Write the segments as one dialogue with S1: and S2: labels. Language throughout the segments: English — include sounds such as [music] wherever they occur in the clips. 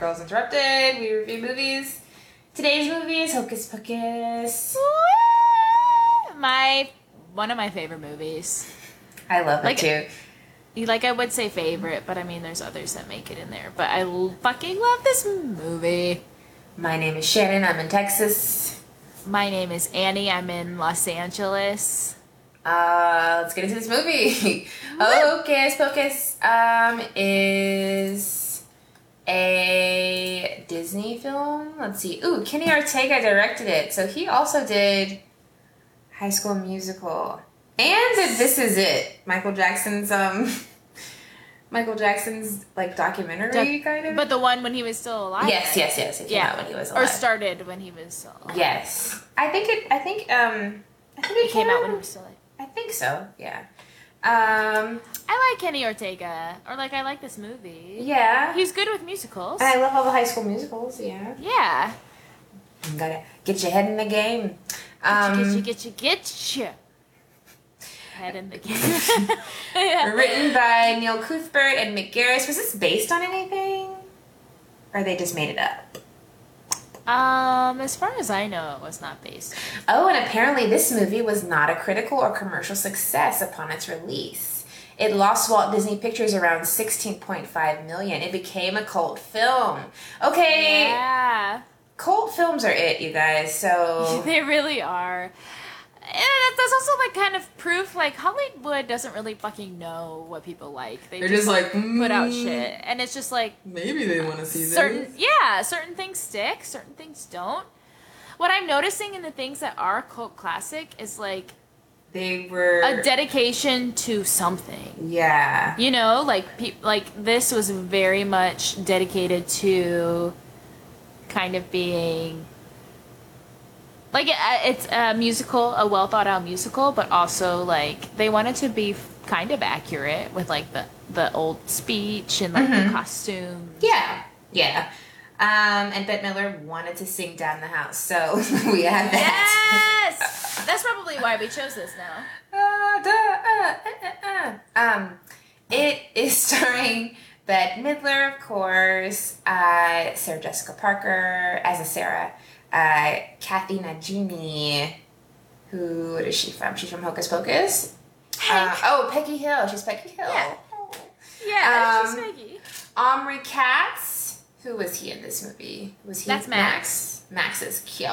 S1: Girls Interrupted. We review movies. Today's movie is Hocus Pocus.
S2: [laughs] My one of my favorite movies.
S1: I love
S2: Like-
S1: it too.
S2: Like I would say favorite, but I mean there's others that make it in there. But I l- fucking love this movie.
S1: My name is Shannon. I'm in Texas.
S2: My name is Annie. I'm in Los Angeles.
S1: Uh, let's get into this [laughs] movie. Hocus Pocus um, is a Disney film. Let's see. Ooh, Kenny Ortega directed it. So he also did High School Musical and did This Is It. Michael Jackson's um, [laughs] Michael Jackson's like documentary
S2: Doc-
S1: kind of.
S2: But the one when he was still alive.
S1: yes,
S2: right?
S1: yes, yes. It came
S2: Yeah.
S1: out when he was
S2: Or
S1: alive.
S2: started when he was still alive.
S1: yes, I think it. I think um, I think
S2: It came out when he was still alive.
S1: I think so. Yeah. Um.
S2: I like Kenny Ortega. Or like I like this movie.
S1: Yeah.
S2: He's good with musicals.
S1: And I love all the high school musicals. Yeah.
S2: yeah.
S1: You gotta get your head in the game. Um,
S2: Get you, get you, get you. Head in
S1: [laughs]
S2: the game. [laughs] yeah.
S1: Written by Neil Cuthbert and Mick Garris. Was this based on anything? Or they just made it up?
S2: Um, as far as I know, it was not based.
S1: Oh, and apparently this movie was not a critical or commercial success upon its release. It lost Walt Disney Pictures around 16.5 million. It became a cult film. Okay,
S2: Yeah,
S1: cult films are it, you guys. So
S2: [laughs] they really are. And that- that's also like kind of proof, like Hollywood doesn't really fucking know what people like. They just
S1: like mm,
S2: put out shit, and it's just like
S1: Maybe they want to see
S2: certain, yeah, certain things stick, certain things don't. What I'm noticing in the things that are cult classic is like
S1: They were
S2: a dedication to something.
S1: yeah.
S2: you know like peop like this was very much dedicated to kind of being like it, uh, it's a musical a well thought out musical but also like they wanted to be f- kind of accurate with like the the old speech and like
S1: Mm-hmm.
S2: the costume
S1: Yeah. Yeah. Um, and Bette Miller wanted to sing down the house, so [laughs] we had that.
S2: yes that's probably why we chose this now
S1: Ah, da, ah, ah, ah, ah. Um, it is [laughs] starring Bette Midler, of course, uh, Sarah Jessica Parker as a Sarah, uh, Kathy Najimy, who what is she from? She's from Hocus Pocus. Uh, oh, Peggy Hill. She's Peggy Hill.
S2: Yeah. yeah
S1: Um,
S2: she's Maggie.
S1: Omri Katz. Who was he in this movie? Was he
S2: That's Max.
S1: Max, Max is cute.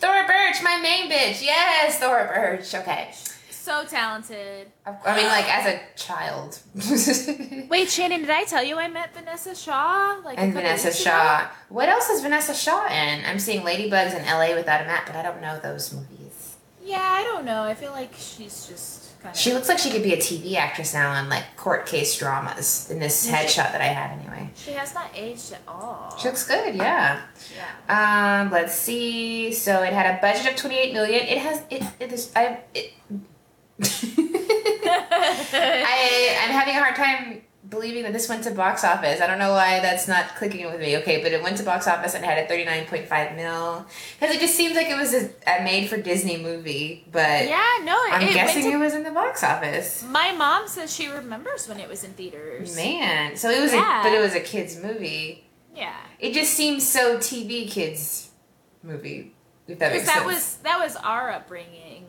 S1: Thora Birch, my main bitch. Yes, Thora Birch. Okay.
S2: so talented
S1: I mean, like as a child.
S2: wait shannon did i tell you i met vanessa shaw like
S1: [laughs]
S2: a
S1: and
S2: couple
S1: Vanessa
S2: weeks ago?
S1: Shaw. What else is Vanessa Shaw in? I'm seeing Ladybugs in L.A. without a map, but I don't know those movies.
S2: Yeah, I don't know. I feel like she's just kind of.
S1: She looks like she could be a TV actress now on like court case dramas. In this
S2: Yeah, she-
S1: headshot that I have, anyway.
S2: she has not aged at all.
S1: She looks good. Yeah.
S2: yeah.
S1: Um, let's see. So it had a budget of 28 million. It has it it is I it [laughs] I I'm having a hard time believing that this went to box office. I don't know why that's not clicking with me. Okay, but it went to box office and had a 39.5 mil. Cuz it just seems like it was a, a made for Disney movie, but
S2: yeah, no, it,
S1: I'm
S2: it
S1: guessing
S2: went
S1: it was in the box office.
S2: to, My mom says she remembers when it was in theaters.
S1: Man, so it was
S2: Yeah.
S1: a, but it was a kids movie.
S2: Yeah.
S1: It just seems so TV kids movie. If that makes
S2: Because that
S1: sense.
S2: was that was our upbringing.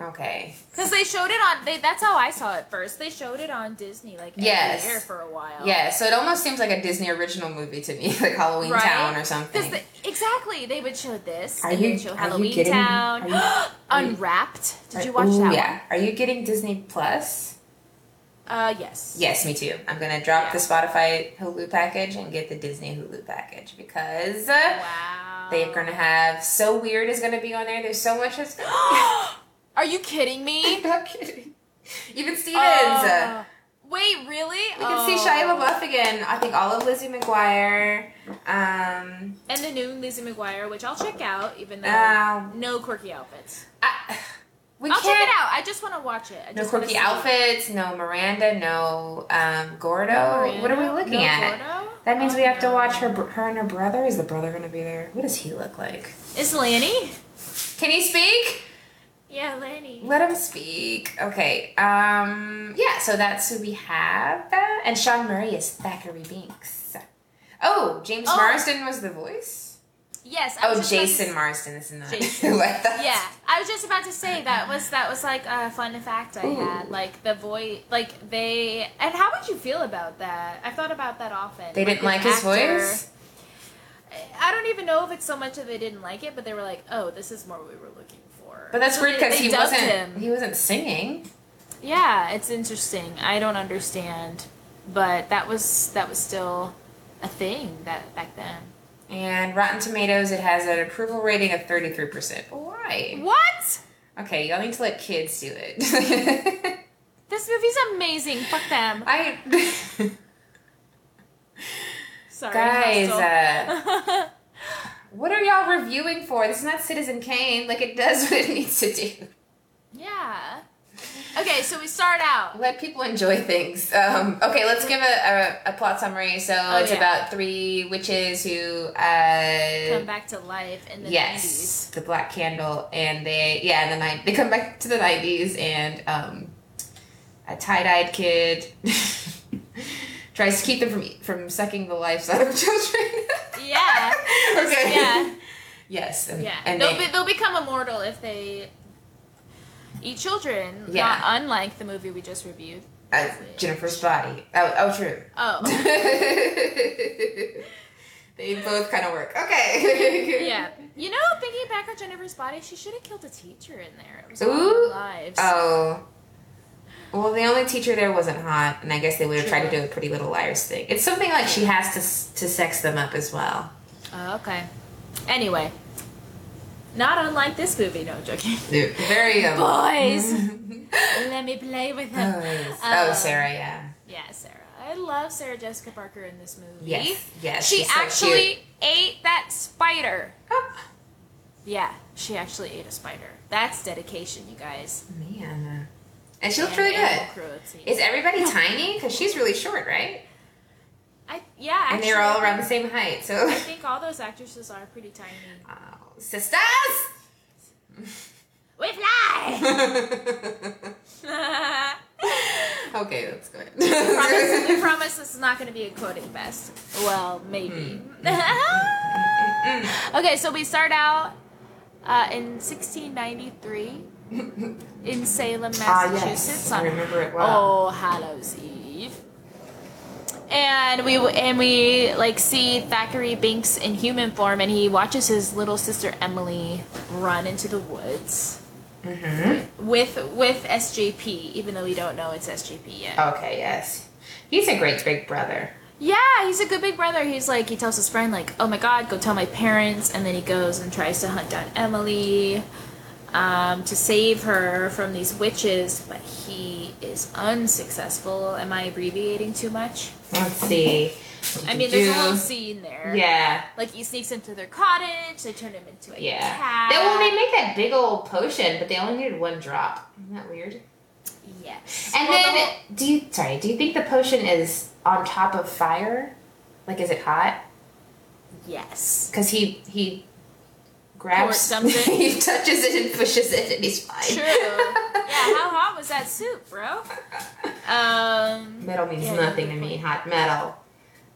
S1: Okay.
S2: Because they showed it on. They, that's how I saw it first. They showed it on Disney like every
S1: Yes.
S2: year for a while.
S1: Yeah, so it almost seems like a Disney original movie to me, [laughs] like Halloween
S2: Right?
S1: Town or
S2: Because
S1: something.
S2: exactly, they would show this.
S1: Are
S2: and
S1: you-
S2: then show
S1: are you
S2: Halloween
S1: getting-
S2: Town,
S1: are
S2: [gasps]
S1: you- are you-
S2: Unwrapped. Did
S1: Are-
S2: you watch
S1: ooh,
S2: that
S1: Yeah. Are you getting Disney Plus?
S2: one? Uh, yes.
S1: Yes, me too. I'm gonna drop
S2: Yeah.
S1: the Spotify Hulu package and get the Disney Hulu package because uh
S2: Wow.
S1: they're gonna have so weird is gonna be on there. There's so much [gasps] that's.
S2: [gasps] Are you kidding
S1: [laughs]
S2: me?
S1: I'm not kidding. Even Stevens.
S2: Oh. wait, really? Oh.
S1: we can see Shia LaBeouf again. I think all of Lizzie McGuire. Um,
S2: And the new Lizzie McGuire, which I'll check out, even though
S1: Ow.
S2: no quirky outfits.
S1: I, Uh, [sighs] we
S2: I'll
S1: can't.
S2: check it out. I just want to watch it. I
S1: No
S2: just wanna
S1: quirky
S2: see it.
S1: outfits, no Miranda, no um, Gordo.
S2: Miranda?
S1: What are we looking
S2: No
S1: at?
S2: Gordo?
S1: That means
S2: Oh,
S1: we have to
S2: no.
S1: watch her, br- her and her brother. Is the brother going to be there? What does he look like?
S2: Is Lanny?
S1: Can he speak?
S2: Yeah, Lanny.
S1: Let him speak. Okay. Um. Yeah. So that's who we have. Uh, and Sean Murray is Thackeray Binks. Oh, James
S2: Oh.
S1: Marsden was the voice.
S2: Yes. I was
S1: Oh,
S2: just about to
S1: Jason
S2: s-
S1: Marsden is in that. [laughs]
S2: Jason.
S1: like that.
S2: Yeah, I was just about to say that was that was like a fun fact I
S1: Ooh.
S2: had. Like the voice, like they. And how would you feel about that? I've thought about that often.
S1: They didn't
S2: an
S1: like his
S2: actor-
S1: voice?
S2: I don't even know if it's so much that they didn't like it, but they were like, "Oh, this is more what we were looking for."
S1: But that's
S2: So
S1: weird
S2: they-
S1: because
S2: they
S1: he
S2: dubbed
S1: wasn't
S2: him.
S1: he wasn't singing.
S2: Yeah, it's interesting. I don't understand, but that was that was still a thing that back then.
S1: And Rotten Tomatoes, it has an approval rating of 33%. Why?
S2: What?
S1: Okay, y'all need to let kids do it. [laughs]
S2: This movie's amazing. Fuck them.
S1: I [laughs]
S2: Sorry,
S1: guys,
S2: Hostel.
S1: uh, what are y'all reviewing for? This is not Citizen Kane. Like it does [laughs] what it needs to do.
S2: [laughs] yeah. Okay, so we start out.
S1: Let people enjoy things. Um, okay, let's give a, a, a plot summary. So it's
S2: Oh, yeah.
S1: about three witches who uh,
S2: Come back to life in the
S1: yes, the Black Candle, and they yeah, in the night they come back to the nineties, and um, a tie-dyed kid [laughs] tries to keep them from e, from sucking the lives out of [laughs] children.
S2: 90s. Yeah.
S1: [laughs] okay.
S2: Yeah.
S1: Yes. And,
S2: Yeah.
S1: And
S2: they'll,
S1: they,
S2: be, they'll become immortal if they eat children.
S1: Yeah.
S2: Not unlike the movie we just reviewed.
S1: uh, Jennifer's body. Oh, oh true. [laughs]
S2: Oh.
S1: they both kind of work. Okay.
S2: yeah. You know, thinking back on Jennifer's body, she should have killed a teacher in there. It was
S1: Ooh.
S2: all lives.
S1: Oh. Well, the only teacher there wasn't hot, and I guess they would have tried to do a Pretty Little Liars thing. It's something like she has to s- to sex them up as well.
S2: Oh, okay. Anyway. Not unlike this movie, no I'm joking. [laughs]
S1: They're very [laughs] um,
S2: Boys!
S1: oh,
S2: Let me play with them.
S1: yes.
S2: Uh,
S1: oh, Sarah, yeah,
S2: Yeah, Sarah. I love Sarah Jessica Parker in this movie.
S1: yes, yes.
S2: She
S1: she's so
S2: actually
S1: cute.
S2: ate that spider.
S1: Oh,
S2: Yeah, she actually ate a spider. That's dedication, you guys.
S1: man, and she looked
S2: And
S1: really good.
S2: animal Cruelty.
S1: Is everybody tiny? Because she's really short, right?
S2: I, yeah,
S1: And they
S2: actually,
S1: were all
S2: I
S1: around the same
S2: think-
S1: height, so. [laughs]
S2: I think all those actresses are pretty tiny.
S1: Oh, sisters! [laughs]
S2: We fly! [laughs]
S1: okay, let's go
S2: promise, we [laughs]
S1: ahead.
S2: promise this is not going to be a quoting Hmm. fest. Well, maybe. [laughs]
S1: Mm-hmm.
S2: okay, so we start out uh, in 1693 in Salem,
S1: Ah,
S2: Massachusetts.
S1: yes. I
S2: on
S1: remember it well.
S2: Oh, Hallows Eve. And we and we like see Thackeray Binks in human form, and he watches his little sister Emily run into the woods
S1: Mm-hmm.
S2: with with SJP, even though we don't know it's SJP yet.
S1: Okay, yes. He's a great big brother.
S2: Yeah, he's a good big brother. He's like he tells his friend like, "Oh my God, go tell my parents," and then he goes and tries to hunt down Emily um, to save her from these witches, but he is unsuccessful. Am I abbreviating too much?
S1: Let's see.
S2: Mm-hmm. I mean, there's a whole
S1: Do-
S2: scene there.
S1: Yeah,
S2: Like he sneaks into their cottage. They turn him into a
S1: yeah.
S2: cat.
S1: They, well, they make that big old potion, but they only needed one drop. Isn't that weird?
S2: yes.
S1: And
S2: Well, the
S1: then,
S2: whole-
S1: do you sorry? Do you think the potion is on top of fire? Like, is it hot?
S2: yes.
S1: Because he he grabs
S2: Or dumps it.
S1: [laughs] he touches it and [laughs] pushes it, and he's fine.
S2: True.
S1: [laughs]
S2: yeah. How hot was that soup, bro? Um.
S1: metal means
S2: Yeah,
S1: nothing to
S2: yeah.
S1: me. Hot metal.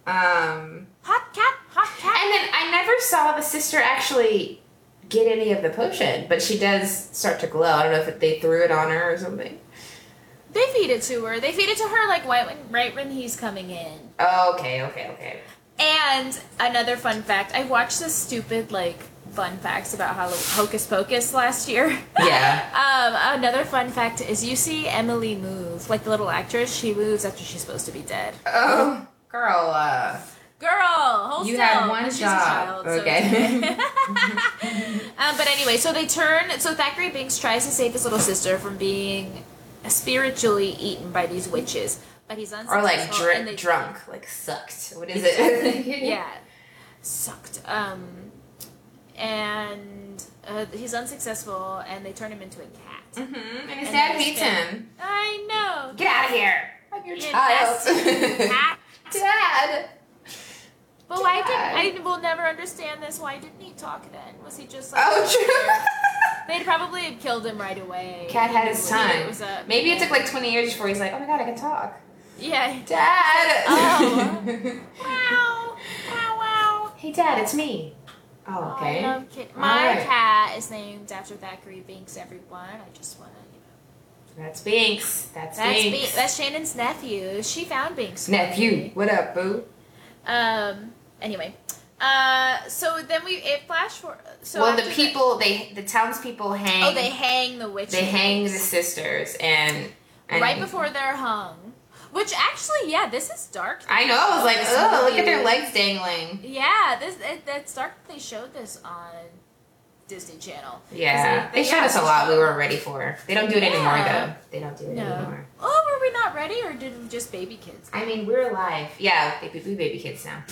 S1: Um,
S2: Hot cat. Hot cat.
S1: and then I never saw the sister actually get any of the potion, but she does start to glow. I don't know if they threw it on her or something.
S2: They feed it to her. They feed it to her like right when, right when he's coming in.
S1: Oh, Okay, okay, okay.
S2: And another fun fact: I watched this stupid like fun facts about Hol- Hocus Pocus last year.
S1: Yeah.
S2: [laughs] um, another fun fact is you see Emily move, like the little actress. She moves after she's supposed to be dead.
S1: Oh, girl. Uh,
S2: Girl, hold
S1: You
S2: still.
S1: had one
S2: She's a
S1: job.
S2: child, so it's
S1: Okay. [laughs]
S2: [laughs] um, but anyway, so they turn. So Thackeray Binks tries to save his little sister from being spiritually eaten by these witches, but he's unsuccessful.
S1: or like
S2: and they-
S1: dr- drunk, like sucked. What is [laughs] it?
S2: yeah sucked um and uh, he's unsuccessful and they turn him into a cat
S1: hmm And his
S2: And
S1: dad
S2: his
S1: beats
S2: dad-
S1: him.
S2: i know
S1: Get out of here. I'm your [laughs]
S2: You nasty
S1: child.
S2: cat.
S1: dad.
S2: but why did
S1: God.
S2: i will never understand this why didn't he talk then was he just like
S1: [laughs] Oh, true.
S2: they'd probably have killed him right away
S1: Cat had his
S2: He knew
S1: time.
S2: it was up.
S1: Maybe it took like 20 years before he's like, oh my god, I can talk.
S2: yeah
S1: [laughs] Dad!
S2: Oh. wow wow
S3: Dad, it's me. Oh, okay.
S2: I love kid- My
S3: Alright.
S2: cat is named after Thackeray Binks. Everyone, I just want to.
S3: That's Binks. That's,
S2: That's
S3: Binks.
S2: Binks. that's Shannon's nephew. She found Binks. one
S3: Nephew,
S2: day.
S3: what up, boo?
S2: Um. Anyway. Uh. So then we it flash for. So
S1: well, the
S2: after
S1: people they the townspeople hang.
S2: oh, they hang the witch.
S1: they hang the
S2: names
S1: sisters and, and
S2: right before they're hung. Which actually, yeah, this is dark.
S1: I know. I was like,
S2: This
S1: oh, look
S2: movie
S1: at their
S2: was-
S1: legs dangling.
S2: Yeah, this it, that's dark. that They showed this on Disney Channel. 'Cause
S1: Yeah, they, showed
S2: yeah,
S1: us a
S2: they
S1: lot. We
S2: showed-
S1: weren't ready for. They don't do it anymore
S2: Yeah.
S1: though. They don't do it
S2: No.
S1: anymore.
S2: Oh, were we not ready, or did we just baby kids?
S1: I mean, we're alive. Yeah, they, we baby kids now.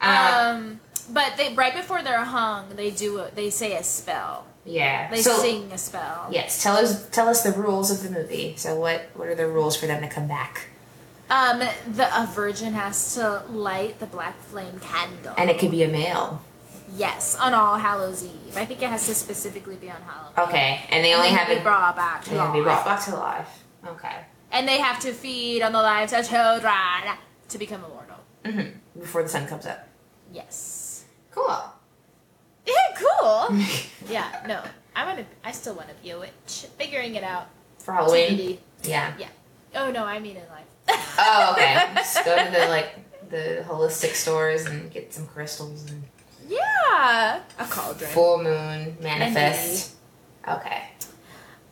S1: Uh,
S2: Um, but they right before they're hung, they do a, they say a spell.
S1: yeah.
S2: They
S1: so
S2: sing a spell.
S1: yes, tell us tell us the rules of the movie. So what what are the rules for them to come back?
S2: Um, the a virgin has to light the black flame candle.
S1: And it could be a male.
S2: yes, on All Hallows Eve. I think it has to specifically be on Halloween.
S1: Okay, and they only have
S2: to
S1: it.
S2: be brought back. to
S1: They have to be
S2: life.
S1: brought back to life. Okay,
S2: And they have to feed on the lives of children to become immortal.
S1: hmm before the sun comes up. [laughs]
S2: Yes.
S1: Cool.
S2: Yeah, cool. yeah, no. I want to. I still want to be a witch. Figuring it out.
S1: for Halloween.
S2: [laughs] TBD.
S1: Yeah.
S2: Oh no, I mean in life.
S1: Oh, okay. Just go to the like the holistic stores and get some crystals and
S2: Yeah, a cauldron.
S1: full moon manifest. Okay.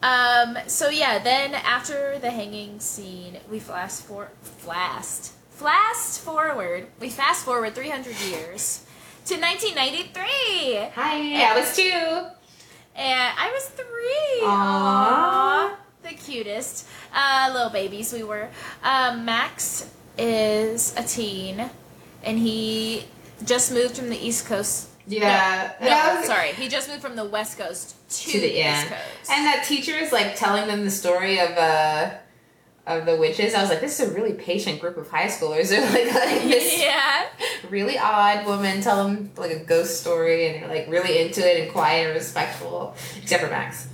S2: Um. So yeah, then after the hanging scene, we flash for flast flast forward. We fast forward 300 years to 1993,
S1: Hi. I was two.
S2: and I was three.
S3: Aw.
S2: Aw, the cutest uh, little babies we were. Um, Max is a teen, and he just moved from the East Coast.
S1: Yeah.
S2: No,
S1: And I was-
S2: sorry, he just moved from the West Coast to,
S1: To the-
S2: the
S1: yeah.
S2: East Coast. [laughs]
S1: And that teacher is like telling them the story of uh of the witches. I was like, this is a really patient group of high schoolers. [laughs] They're like, like this
S2: yeah.
S1: really odd woman tell them like a ghost story, and they're like really into it and quiet and respectful, except for Max.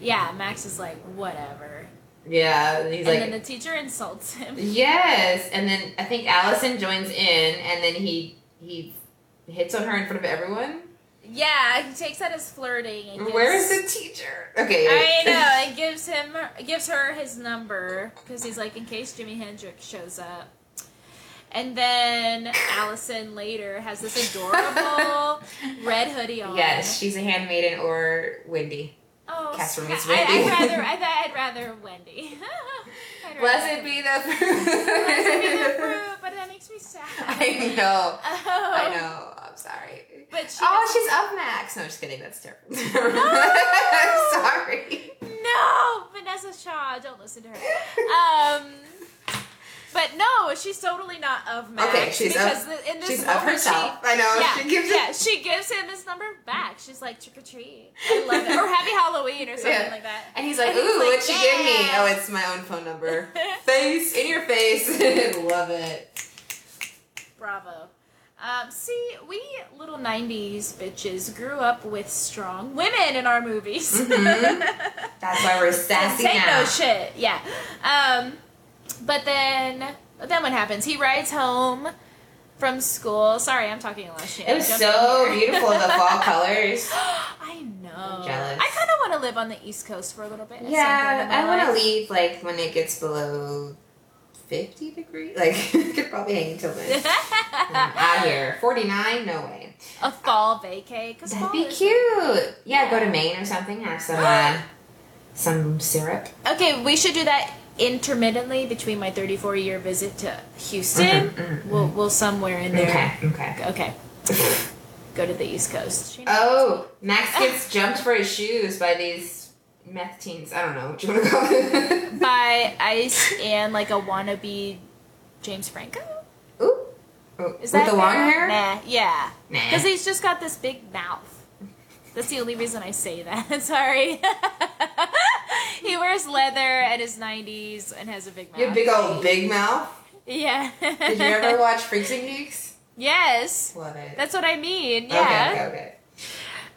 S2: Yeah, Max is like, whatever.
S1: Yeah, and he's
S2: and
S1: like,
S2: then the teacher insults him. [laughs]
S1: Yes, and then I think Allison joins in, and then he he hits on her in front of everyone.
S2: Yeah, he takes that as flirting. And gives,
S1: Where is the teacher? Okay,
S2: I
S1: wait. [laughs]
S2: know. And gives him, gives her his number because he's like, in case Jimi Hendrix shows up. And then Allison later has this
S1: [laughs]
S2: adorable red hoodie on.
S1: yes, she's a handmaiden or Wendy.
S2: Oh,
S1: Casper meets
S2: I,
S1: Wendy.
S2: I'd rather.
S1: [laughs]
S2: I thought I'd rather Wendy. [laughs] I'd rather-
S1: Blessed be the
S2: Blessed be the
S1: fruit.
S2: fruit, but that makes me sad.
S1: [laughs] I know.
S2: Oh.
S1: I know. I'm sorry.
S2: But she
S1: oh, she's up, Max. No, just kidding. That's terrible. [laughs]
S2: No!
S1: sorry.
S2: Oh, No, Vanessa Shaw, don't listen to her. Um, but no, she's totally not of Max.
S1: Okay, she's of-
S2: because the- in this
S1: She's up
S2: moment,
S1: herself.
S2: She,
S1: I know.
S2: yeah,
S1: [laughs] she gives
S2: yeah,
S1: it.
S2: she gives him his number back. She's like trick or treat. I love it, or Happy Halloween, or something
S1: Yeah.
S2: like that.
S1: And he's like,
S2: And
S1: ooh,
S2: he's like,
S1: what'd you give me?
S2: yeah.
S1: Oh, it's my own phone
S2: [laughs]
S1: number. face in your face. [laughs] Love it.
S2: Bravo. Um, see, we little '90s bitches grew up with strong women in our movies. [laughs]
S1: Mhm. That's why we're sassy
S2: Say
S1: now.
S2: no shit. Yeah. Um, but then, but then what happens? He rides home from school. Sorry, I'm talking a lot of shit.
S1: it was
S2: Jump in
S1: so
S2: here.
S1: beautiful, the
S2: [laughs]
S1: fall colors.
S2: [gasps] I know.
S1: I'm jealous.
S2: I kind of want to live on the East Coast for a little bit.
S1: yeah, I want to
S2: want
S1: leave like when it gets below fifty degrees. Like [laughs] could probably hang until
S2: [laughs]
S1: then. out of here. Forty nine? No way.
S2: [laughs] a fall vacay. Cause
S1: That'd
S2: fall
S1: be
S2: is-
S1: cute. Yeah, go to Maine or something. Have
S2: [gasps]
S1: some uh, some syrup.
S2: Okay, we should do that intermittently between my 34 year visit to Houston.
S1: Mhm, mhm,
S2: We'll we'll somewhere in there.
S1: mm-hmm. Okay. Okay.
S2: Okay. Go to the East Coast.
S1: Oh,
S2: [laughs]
S1: Max gets jumped for his shoes by these meth teens. I don't know what you want to call them. [laughs]
S2: by Ice and like a wannabe James Franco.
S1: Ooh. Oh, With
S2: Is that
S1: the long hair?
S2: fair? Nah, yeah,
S1: Nah.
S2: because he's just got this big mouth. That's the only reason I say that. [laughs] Sorry. he wears leather at his 90s and has a big mouth.
S1: You big old big mouth.
S2: Yeah.
S1: Did you ever watch Freaks and Geeks?
S2: [laughs] yes.
S1: Love it.
S2: That's what I mean. Yeah.
S1: Okay, okay,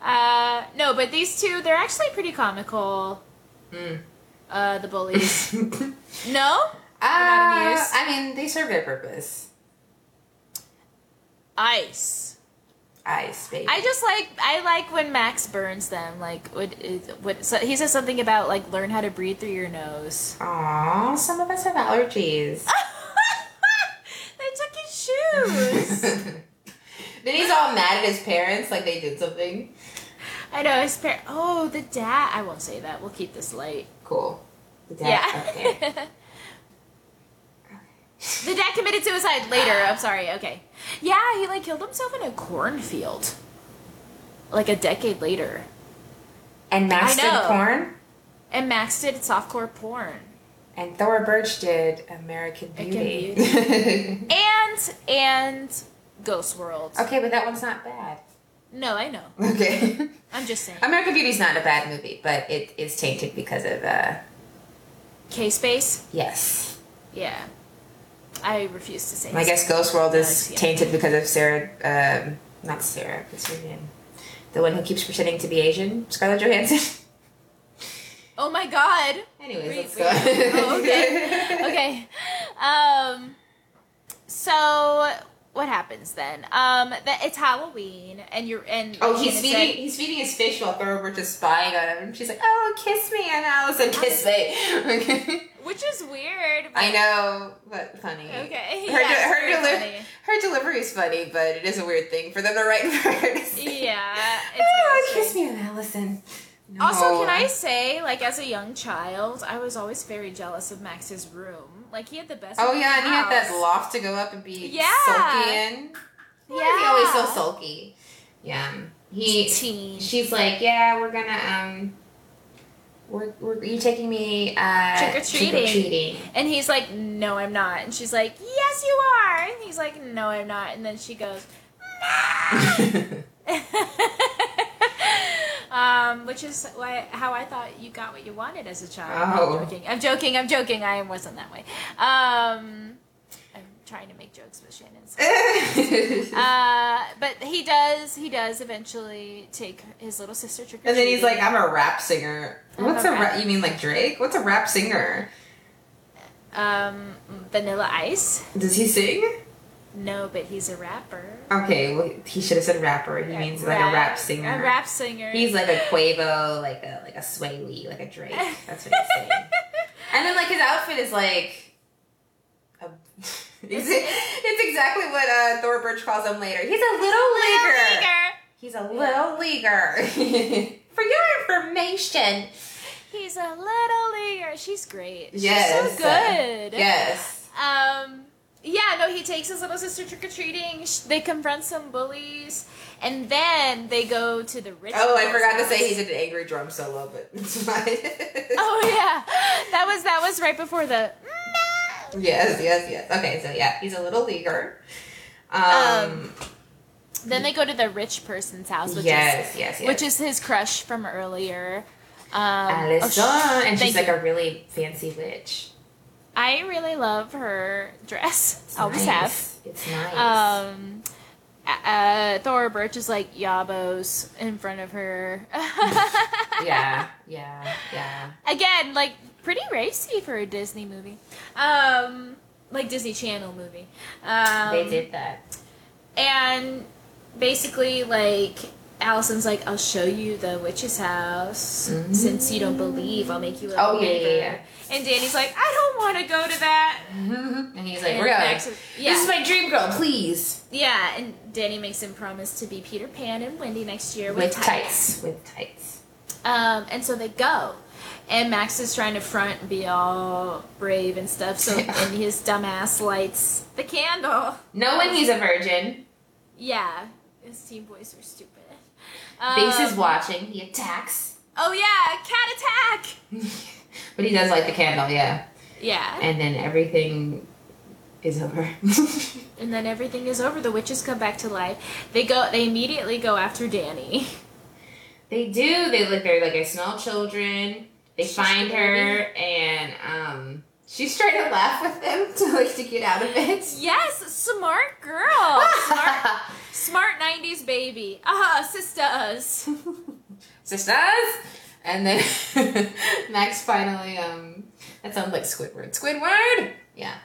S2: Uh, no, but these two, they're actually pretty comical.
S1: Mm.
S2: Uh, the
S1: [laughs]
S2: bullies.
S1: okay.
S2: no?
S1: uh,
S2: Mm. not amused.
S1: I mean, they serve their purpose.
S2: Ice
S1: Ice baby.
S2: I just like I like when Max burns them. Like what is what so he says something about like learn how to breathe through your nose. [laughs]
S1: Aw, some of us have allergies. [laughs]
S2: they took his shoes.
S1: Then he's all mad at his parents, like they did something.
S2: I know his par- Oh, the dad. I won't say that. We'll keep this light.
S1: Cool. The dad-
S2: yeah.
S1: Okay.
S2: [laughs] the dad committed suicide later. I'm sorry. Okay. Yeah, he like killed himself in a cornfield. Like a decade later.
S1: And Max
S2: [laughs] I
S1: did
S2: know.
S1: porn,
S2: And Max did softcore porn.
S1: and Thora Birch did American
S2: American
S1: Beauty.
S2: And and Ghost World.
S1: [laughs] okay, but that one's not bad.
S2: No, I know.
S1: Okay.
S2: I'm just saying.
S1: [laughs] American Beauty's not a bad movie, but it is tainted because of uh
S2: K space?
S1: yes.
S2: Yeah. I refuse to say
S1: And I guess Ghost World is
S2: Yeah.
S1: tainted because of Sarah um not Sarah, what's her name? The one who keeps pretending to be Asian, Scarlett Johansson. [laughs]
S2: Oh my god.
S1: Anyways,
S2: Wait,
S1: let's
S2: wait.
S1: go. [laughs]
S2: Oh, okay. Okay. Um so what happens then? Um that it's Halloween and you're and
S1: Oh, he's
S2: and it's
S1: feeding
S2: like-
S1: he's feeding his fish while Thora Birch is spying on him. She's like, "Oh, kiss me," and Allison, "Kiss me." [laughs]
S2: which is weird. but-
S1: I know, but funny.
S2: Okay.
S1: Her,
S2: yeah, it's
S1: her,
S2: very
S1: deli-
S2: funny.
S1: her delivery is funny, but it is a weird thing for them to write [laughs] for her to say.
S2: Yeah.
S1: [laughs]
S2: It's
S1: Oh,
S2: very
S1: kiss me and Allison. No.
S2: Also, can I say, like, as a young child, I was always very jealous of Max's room. Like, he had the best.
S1: Oh
S2: room in
S1: yeah, and
S2: the
S1: he had that
S2: house.
S1: loft to go up and be
S2: Yeah.
S1: sulky in. Why is he always so sulky? Yeah, he.
S2: Teen.
S1: She's like, yeah, we're gonna um. We're, we're you taking me uh
S2: Trick-or-treating.
S1: trick-or-treating.
S2: And he's like, "No, I'm not." And she's like, "Yes, you are." And he's like, "No, I'm not." And then she goes,
S1: [laughs]
S2: [laughs] um, which is why, how I thought you got what you wanted as a child.
S1: Oh.
S2: I'm joking. I'm joking. I'm joking. I wasn't that way. Um, I'm trying to make jokes with Shannon.
S1: [laughs]
S2: so-
S1: and
S2: Uh, but he does. He does eventually take his little sister trick.
S1: then he's like, I'm a rap singer.
S2: I'm
S1: What's
S2: a
S1: a rap?
S2: rap-
S1: You mean like Drake? What's a rap singer?
S2: um, Vanilla Ice.
S1: Does he sing?
S2: No, but he's a rapper.
S1: Okay, well, he should have said rapper. He means like a rap singer.
S2: A rap singer. [laughs]
S1: He's like a Quavo, like a like a Sway Lee, like a Drake. That's what he's saying. and then like his outfit is like. A, [laughs] it's, it's exactly what uh, Thor Birch calls him later. He's a little leaguer.
S2: Leaguer.
S1: He's a little leaguer. [laughs] For your information.
S2: He's a little leaguer. She's great.
S1: Yes.
S2: She's so good.
S1: Yes.
S2: Um. Yeah. No. He takes his little sister trick or treating. They confront some bullies, and then they go to the rich.
S1: Oh, I
S2: girl's
S1: forgot to say
S2: house.
S1: he did an angry drum solo, but [laughs] it's fine.
S2: Oh
S1: [laughs]
S2: yeah, that was that was right before the.
S1: Yes, yes, yes. Okay, so yeah, he's a little leaguer. Um,
S2: Um, Then they go to the rich person's house, which
S1: yes, yes, yes,
S2: is which is his crush from earlier. Um, oh, sh-
S1: Alison, and she's like
S2: thank you.
S1: a really fancy witch.
S2: I really love her dress.
S1: It's
S2: Always have.
S1: nice. It's nice.
S2: Um, uh, Thora Birch is like yabos in front of her.
S1: [laughs] yeah, yeah, yeah.
S2: Again, like pretty racy for a Disney movie. Um, like Disney Channel movie. Um,
S1: they did that.
S2: And basically, like, Allison's like, I'll show you the witch's house. Since you don't believe, I'll make you a
S1: Oh, yeah, yeah,
S2: believer. And Danny's like, I don't want to go to that.
S1: and he's like,
S2: And
S1: we're going.
S2: Max is- yeah.
S1: This is my dream girl, please.
S2: yeah, and Danny makes him promise to be Peter Pan and Wendy next year with,
S1: With tights. With tights.
S2: Um, and so they go. And Max is trying to front and be all brave and stuff. So and his dumbass lights the candle.
S1: Knowing he's a virgin,
S2: Yeah, his team boys are stupid. Um,
S1: Bass is watching, he attacks. [laughs]
S2: Oh yeah, cat attack.
S1: but he does light the candle, yeah.
S2: Yeah,
S1: And then everything is over. [laughs]
S2: and then everything is over. The witches come back to life. They go. They immediately go after Danny. [laughs]
S1: They do. They look. They're like I smell children. They find her, and um, she's trying to laugh with them [laughs] to like to get out of it.
S2: Yes, smart girl,
S1: [laughs]
S2: smart, smart '90s baby. Ah, sisters. [laughs]
S1: Sisters, and then [laughs] Max finally um, that sounds like Squidward. Squidward,
S2: [laughs]
S1: yeah.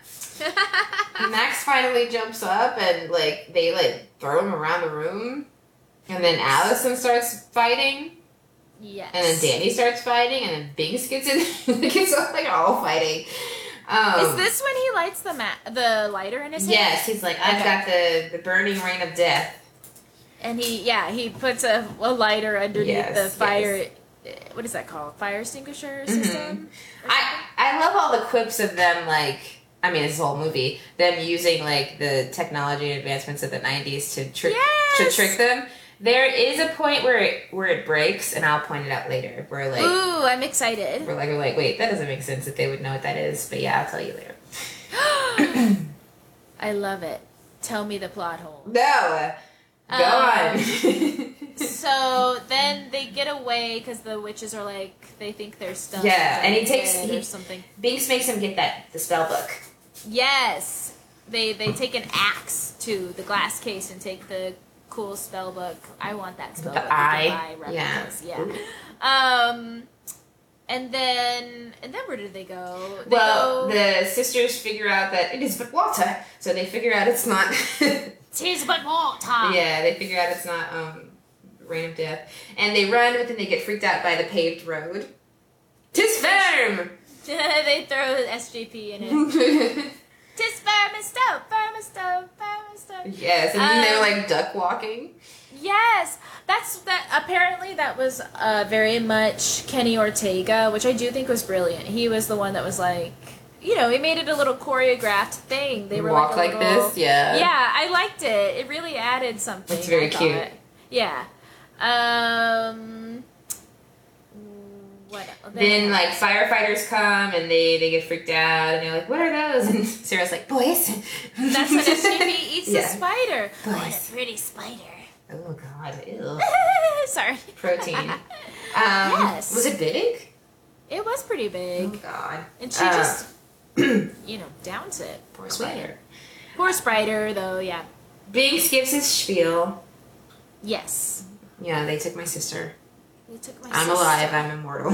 S1: Max finally jumps up and like they like throw him around the room. And then Allison starts fighting,
S2: Yes.
S1: and then Danny starts fighting, and then Binks gets in. [laughs] gets all, like all fighting. Um,
S2: Is this when he lights the ma- the lighter in his hand?
S1: Yes, he's like, I've
S2: Okay.
S1: got the the burning rain of death.
S2: And he, yeah, he puts a, a lighter underneath
S1: Yes, Mm-hmm.
S2: the fire. eh, What is that called? Fire extinguisher system.
S1: I I love all the quips of them like I mean this whole movie them using like the technology and advancements of the 90s to trick
S2: Yes!
S1: to trick them. There is a point where it, where it breaks and I'll point it out later. Where like
S2: Ooh, I'm
S1: [clears throat]
S2: excited.
S1: we're like we're like wait that doesn't make sense that they would know what that is but yeah I'll tell you later.
S2: [gasps] I love it. Tell me the plot hole.
S1: No. Go
S2: Um,
S1: on.
S2: So then they get away because the witches are like they think they're stunned.
S1: Yeah, and he
S2: or
S1: takes-
S2: dead
S1: he-
S2: or something.
S1: [laughs] Binks makes him get that the spell book.
S2: Yes, they they take an axe to the glass case and take the cool spell book. I want that spell
S1: The
S2: book. with
S1: eye.
S2: the eye
S1: Yeah.
S2: replicas. yeah. Um, and then and then where did they go? They
S1: Well,
S2: go,
S1: the sisters figure out that it is but water, so they figure out it's not [laughs]
S2: tis but more time.
S1: Yeah, they figure out it's not um, rain of death, and they run, but then they get freaked out by the paved road. Tis
S2: [laughs]
S1: firm.
S2: [laughs] they throw SJP in it.
S1: yes,
S2: tis firm and stout, firm and stout, firm and stout.
S1: and then they're
S2: Um,
S1: like duck walking.
S2: Yes, that's that. Apparently, that was uh, very much Kenny Ortega, which I do think was brilliant. He was the one that was like, you know, he made it a little choreographed thing. They were
S1: walk
S2: like,
S1: like,
S2: a little-
S1: this. Yeah.
S2: Yeah, I liked it. It really added something.
S1: It's very
S2: I thought.
S1: cute.
S2: Yeah. Um. What?
S1: Then like firefighters come and they they get freaked out and they're like, "What are those?" And [laughs] Sarah's like, "Boys."
S2: that's when
S1: [laughs]
S2: SGP eats the
S1: Yeah.
S2: spider. What
S1: Boys.
S2: a pretty spider.
S1: Oh God. Ew.
S2: [laughs] Sorry.
S1: Protein. Um,
S2: [laughs] Yes.
S1: Was it big?
S2: It was pretty
S1: Oh
S2: big,
S1: God.
S2: and she
S1: Uh, [clears throat]
S2: just, you know, downs it.
S1: Poor spider.
S2: Poor Spriter, though, yeah.
S1: Binks gives his spiel.
S2: Yes.
S1: Yeah, they took my sister.
S2: They took my
S1: I'm
S2: sister.
S1: alive. I'm immortal.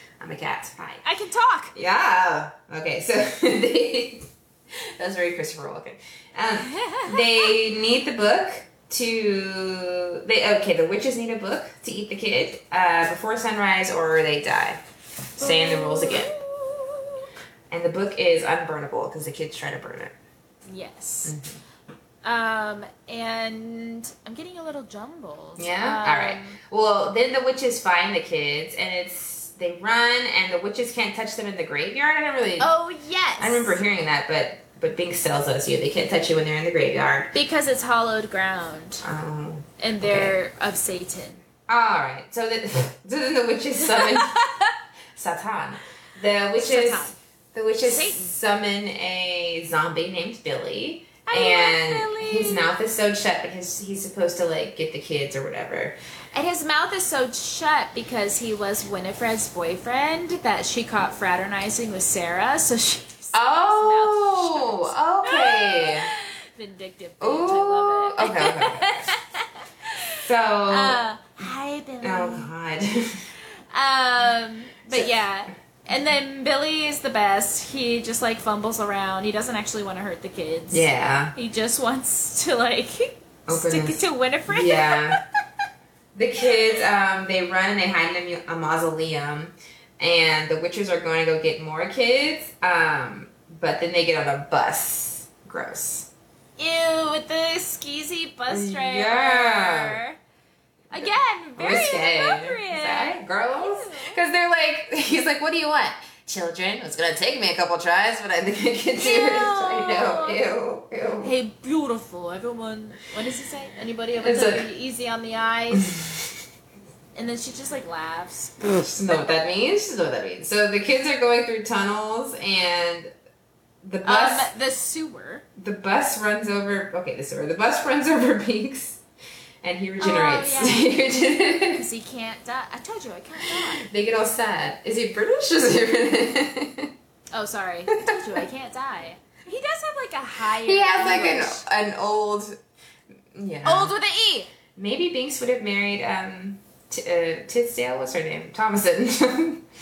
S1: [laughs] I'm a cat. Hi.
S2: I can talk.
S1: Yeah. Okay. So [laughs] they. That was very Christopher Walken. Um, they [laughs] need the book to. They okay. The witches need a book to eat the kid uh, before sunrise, or they die. Saying the rules again. And the book is unburnable because the kids try to burn it.
S2: Yes.
S1: Mm-hmm.
S2: Um, and I'm getting a little jumbled.
S1: Yeah.
S2: Um,
S1: All right. Well, then the witches find the kids, and it's they run, and the witches can't touch them in the graveyard. I don't really.
S2: Oh yes.
S1: I remember hearing that, but but Binks tells us you they can't touch you when they're in the graveyard.
S2: because it's hollowed ground
S1: Um,
S2: and they're of Satan.
S1: all right. So then, so then [laughs] the witches
S2: [laughs]
S1: summon Satan. The witches
S2: Satan.
S1: the witches
S2: Satan.
S1: summon a zombie named Billy.
S2: I love
S1: and
S2: Billy.
S1: his mouth is sewed shut because he's supposed to like get the kids or whatever.
S2: And his mouth is so shut because he was Winifred's boyfriend that she caught fraternizing with Sarah, so she
S1: Oh, okay.
S2: [laughs] [gasps] vindictive bitch.
S1: Ooh,
S2: I love it.
S1: okay, okay,
S2: [laughs]
S1: okay. So,
S2: Uh, mm. hi, Billy.
S1: oh god. [laughs]
S2: Um, but yeah. And then Billy is the best. He just like fumbles around. He doesn't actually want to hurt the kids.
S1: yeah.
S2: He just wants
S1: [laughs]
S2: to like
S1: Open
S2: stick it
S1: his-
S2: to Winifred.
S1: Yeah. The kids, um, they run and they hide in a mu- a mausoleum, and the witches are going to go get more kids. Um, but then they get on a bus. Gross.
S2: Ew, with the skeezy bus driver.
S1: Yeah.
S2: Again, very
S1: Risque.
S2: inappropriate.
S1: Is that girls?
S2: Ew.
S1: Because they're like, [laughs] he's like, "What do you want?" Children. It's gonna take me a couple tries, but I think I can do it. [laughs] I know. Ew. Ew.
S2: Hey, beautiful. Everyone, what does he say? Anybody ever
S1: It's
S2: tell
S1: like-
S2: you easy on the eyes? and then she just like laughs.
S1: She know what that means. She know what that means. So the kids are going through tunnels, and the
S2: Um,
S1: bus
S2: the sewer.
S1: the bus runs over. Okay, this is where the bus [laughs] runs over Binks, and he regenerates. [laughs]
S2: yeah.
S1: He regenerates.
S2: Because he can't die. I told you, I can't die.
S1: they get all sad. Is he British? Is he?
S2: Oh, sorry.
S1: [laughs]
S2: I told you, I can't die. He does have like a higher.
S1: he has like an
S2: English.
S1: an old. Yeah.
S2: Old with an E!
S1: Maybe Binks would have married um, t- uh, Tisdale. What's her name? Thomason. [laughs]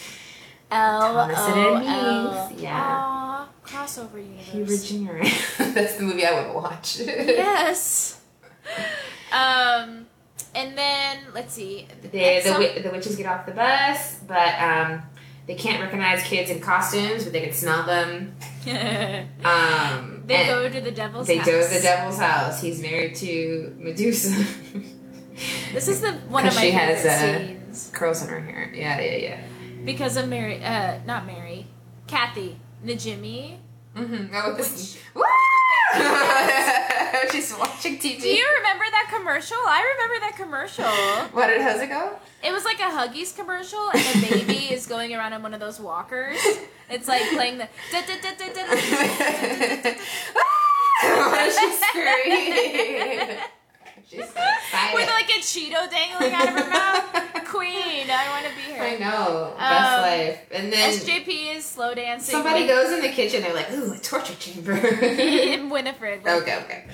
S2: L
S1: Thomason and
S2: O L.
S1: Meeks, yeah.
S2: Aw, crossover universe.
S1: he regenerates. [laughs] That's the movie I would watch.
S2: yes. Um, and let's
S1: [laughs]
S2: see.
S1: [laughs] The,
S2: At
S1: the,
S2: some-
S1: wi- the witches get off the bus, but um, they can't recognize kids in costumes, but they can smell them.
S2: they
S1: Um, and-
S2: go to the devil's
S1: They
S2: house.
S1: go to the devil's house. He's married to Medusa. [laughs]
S2: This is the one of
S1: 'Cause
S2: my
S1: she
S2: favorite
S1: has, uh,
S2: scenes
S1: Curls in her hair. Yeah, yeah, yeah.
S2: because of Mary, uh, not Mary, Kathy, Najimi.
S1: Mm-hmm. Oh, this.
S2: Which-
S1: Woo! [laughs] She's watching
S2: Do
S1: TV.
S2: you remember that commercial? I remember that commercial.
S1: What did how's it [laughs] go?
S2: It was like a Huggies commercial, and the
S1: [laughs]
S2: baby is going around in one of those walkers. It's like playing the. da- da- da- da- da-
S1: Why does she scream? She's so excited.
S2: With like a Cheeto dangling out of her
S1: [laughs]
S2: mouth. Queen, I want to be
S1: I
S2: her.
S1: know. Best
S2: Um,
S1: life. And then
S2: SJP is slow dancing.
S1: somebody
S2: with
S1: goes in the kitchen. They're like, ooh, a torture [laughs] chamber.
S2: Winifred.
S1: Okay, okay.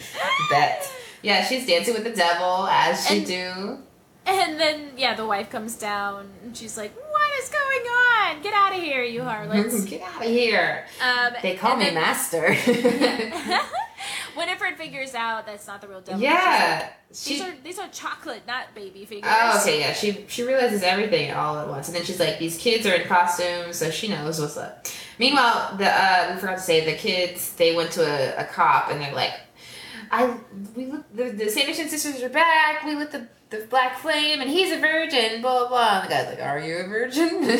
S1: Bet. Yeah, she's dancing with the devil as she
S2: And-
S1: do.
S2: And then, yeah, the wife comes down and she's like, What is going on? Get out of here, you
S1: [laughs]
S2: harlots.
S1: Get out of here.
S2: Um, [laughs]
S1: They call
S2: and
S1: me
S2: then-
S1: master.
S2: Winifred figures out that's not the real devil. She's
S1: [laughs]
S2: like,
S1: yeah.
S2: [laughs] These
S1: She
S2: are these are chocolate, not baby figures.
S1: Oh, okay, yeah. She she realizes everything all at once. And then she's like, these kids are in costumes, so she knows what's up. Meanwhile, the uh we forgot to say the kids, they went to a, a cop and they're like, I we look the, the Sanderson sisters are back, we lit the the black flame and he's a virgin, blah blah blah. And the guy's like, Are you a virgin? [laughs]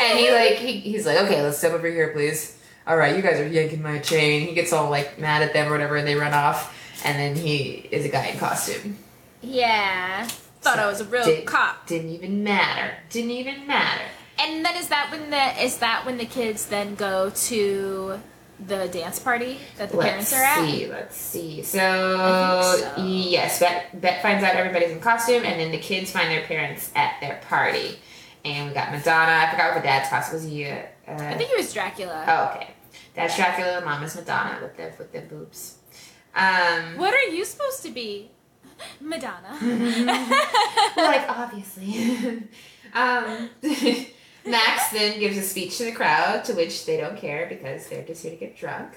S1: and he like he, he's like, Okay, let's step over here, please. Alright, you guys are yanking my chain. He gets all like mad at them or whatever and they run off. And then he is a guy in costume.
S2: Yeah. Thought I was a real
S1: Did-
S2: cop.
S1: Didn't even matter. Didn't even matter.
S2: And then is that when the is that when the kids then go to the dance party that the
S1: Let's
S2: parents are at?
S1: see. Let's see. So,
S2: I think so.
S1: yes, Bet, Bet finds out everybody's in costume, and then the kids find their parents at their party. And we got Madonna. I forgot what the dad's costume was. He, uh,
S2: I think it was Dracula.
S1: oh, okay. Dad's Dracula. Mama's Madonna with the with the boobs. Um,
S2: What are you supposed to be? [laughs] Madonna. [laughs]
S1: [laughs] like obviously. [laughs] um, [laughs] Max then gives a speech to the crowd, to which they don't care because they're just here to get drunk.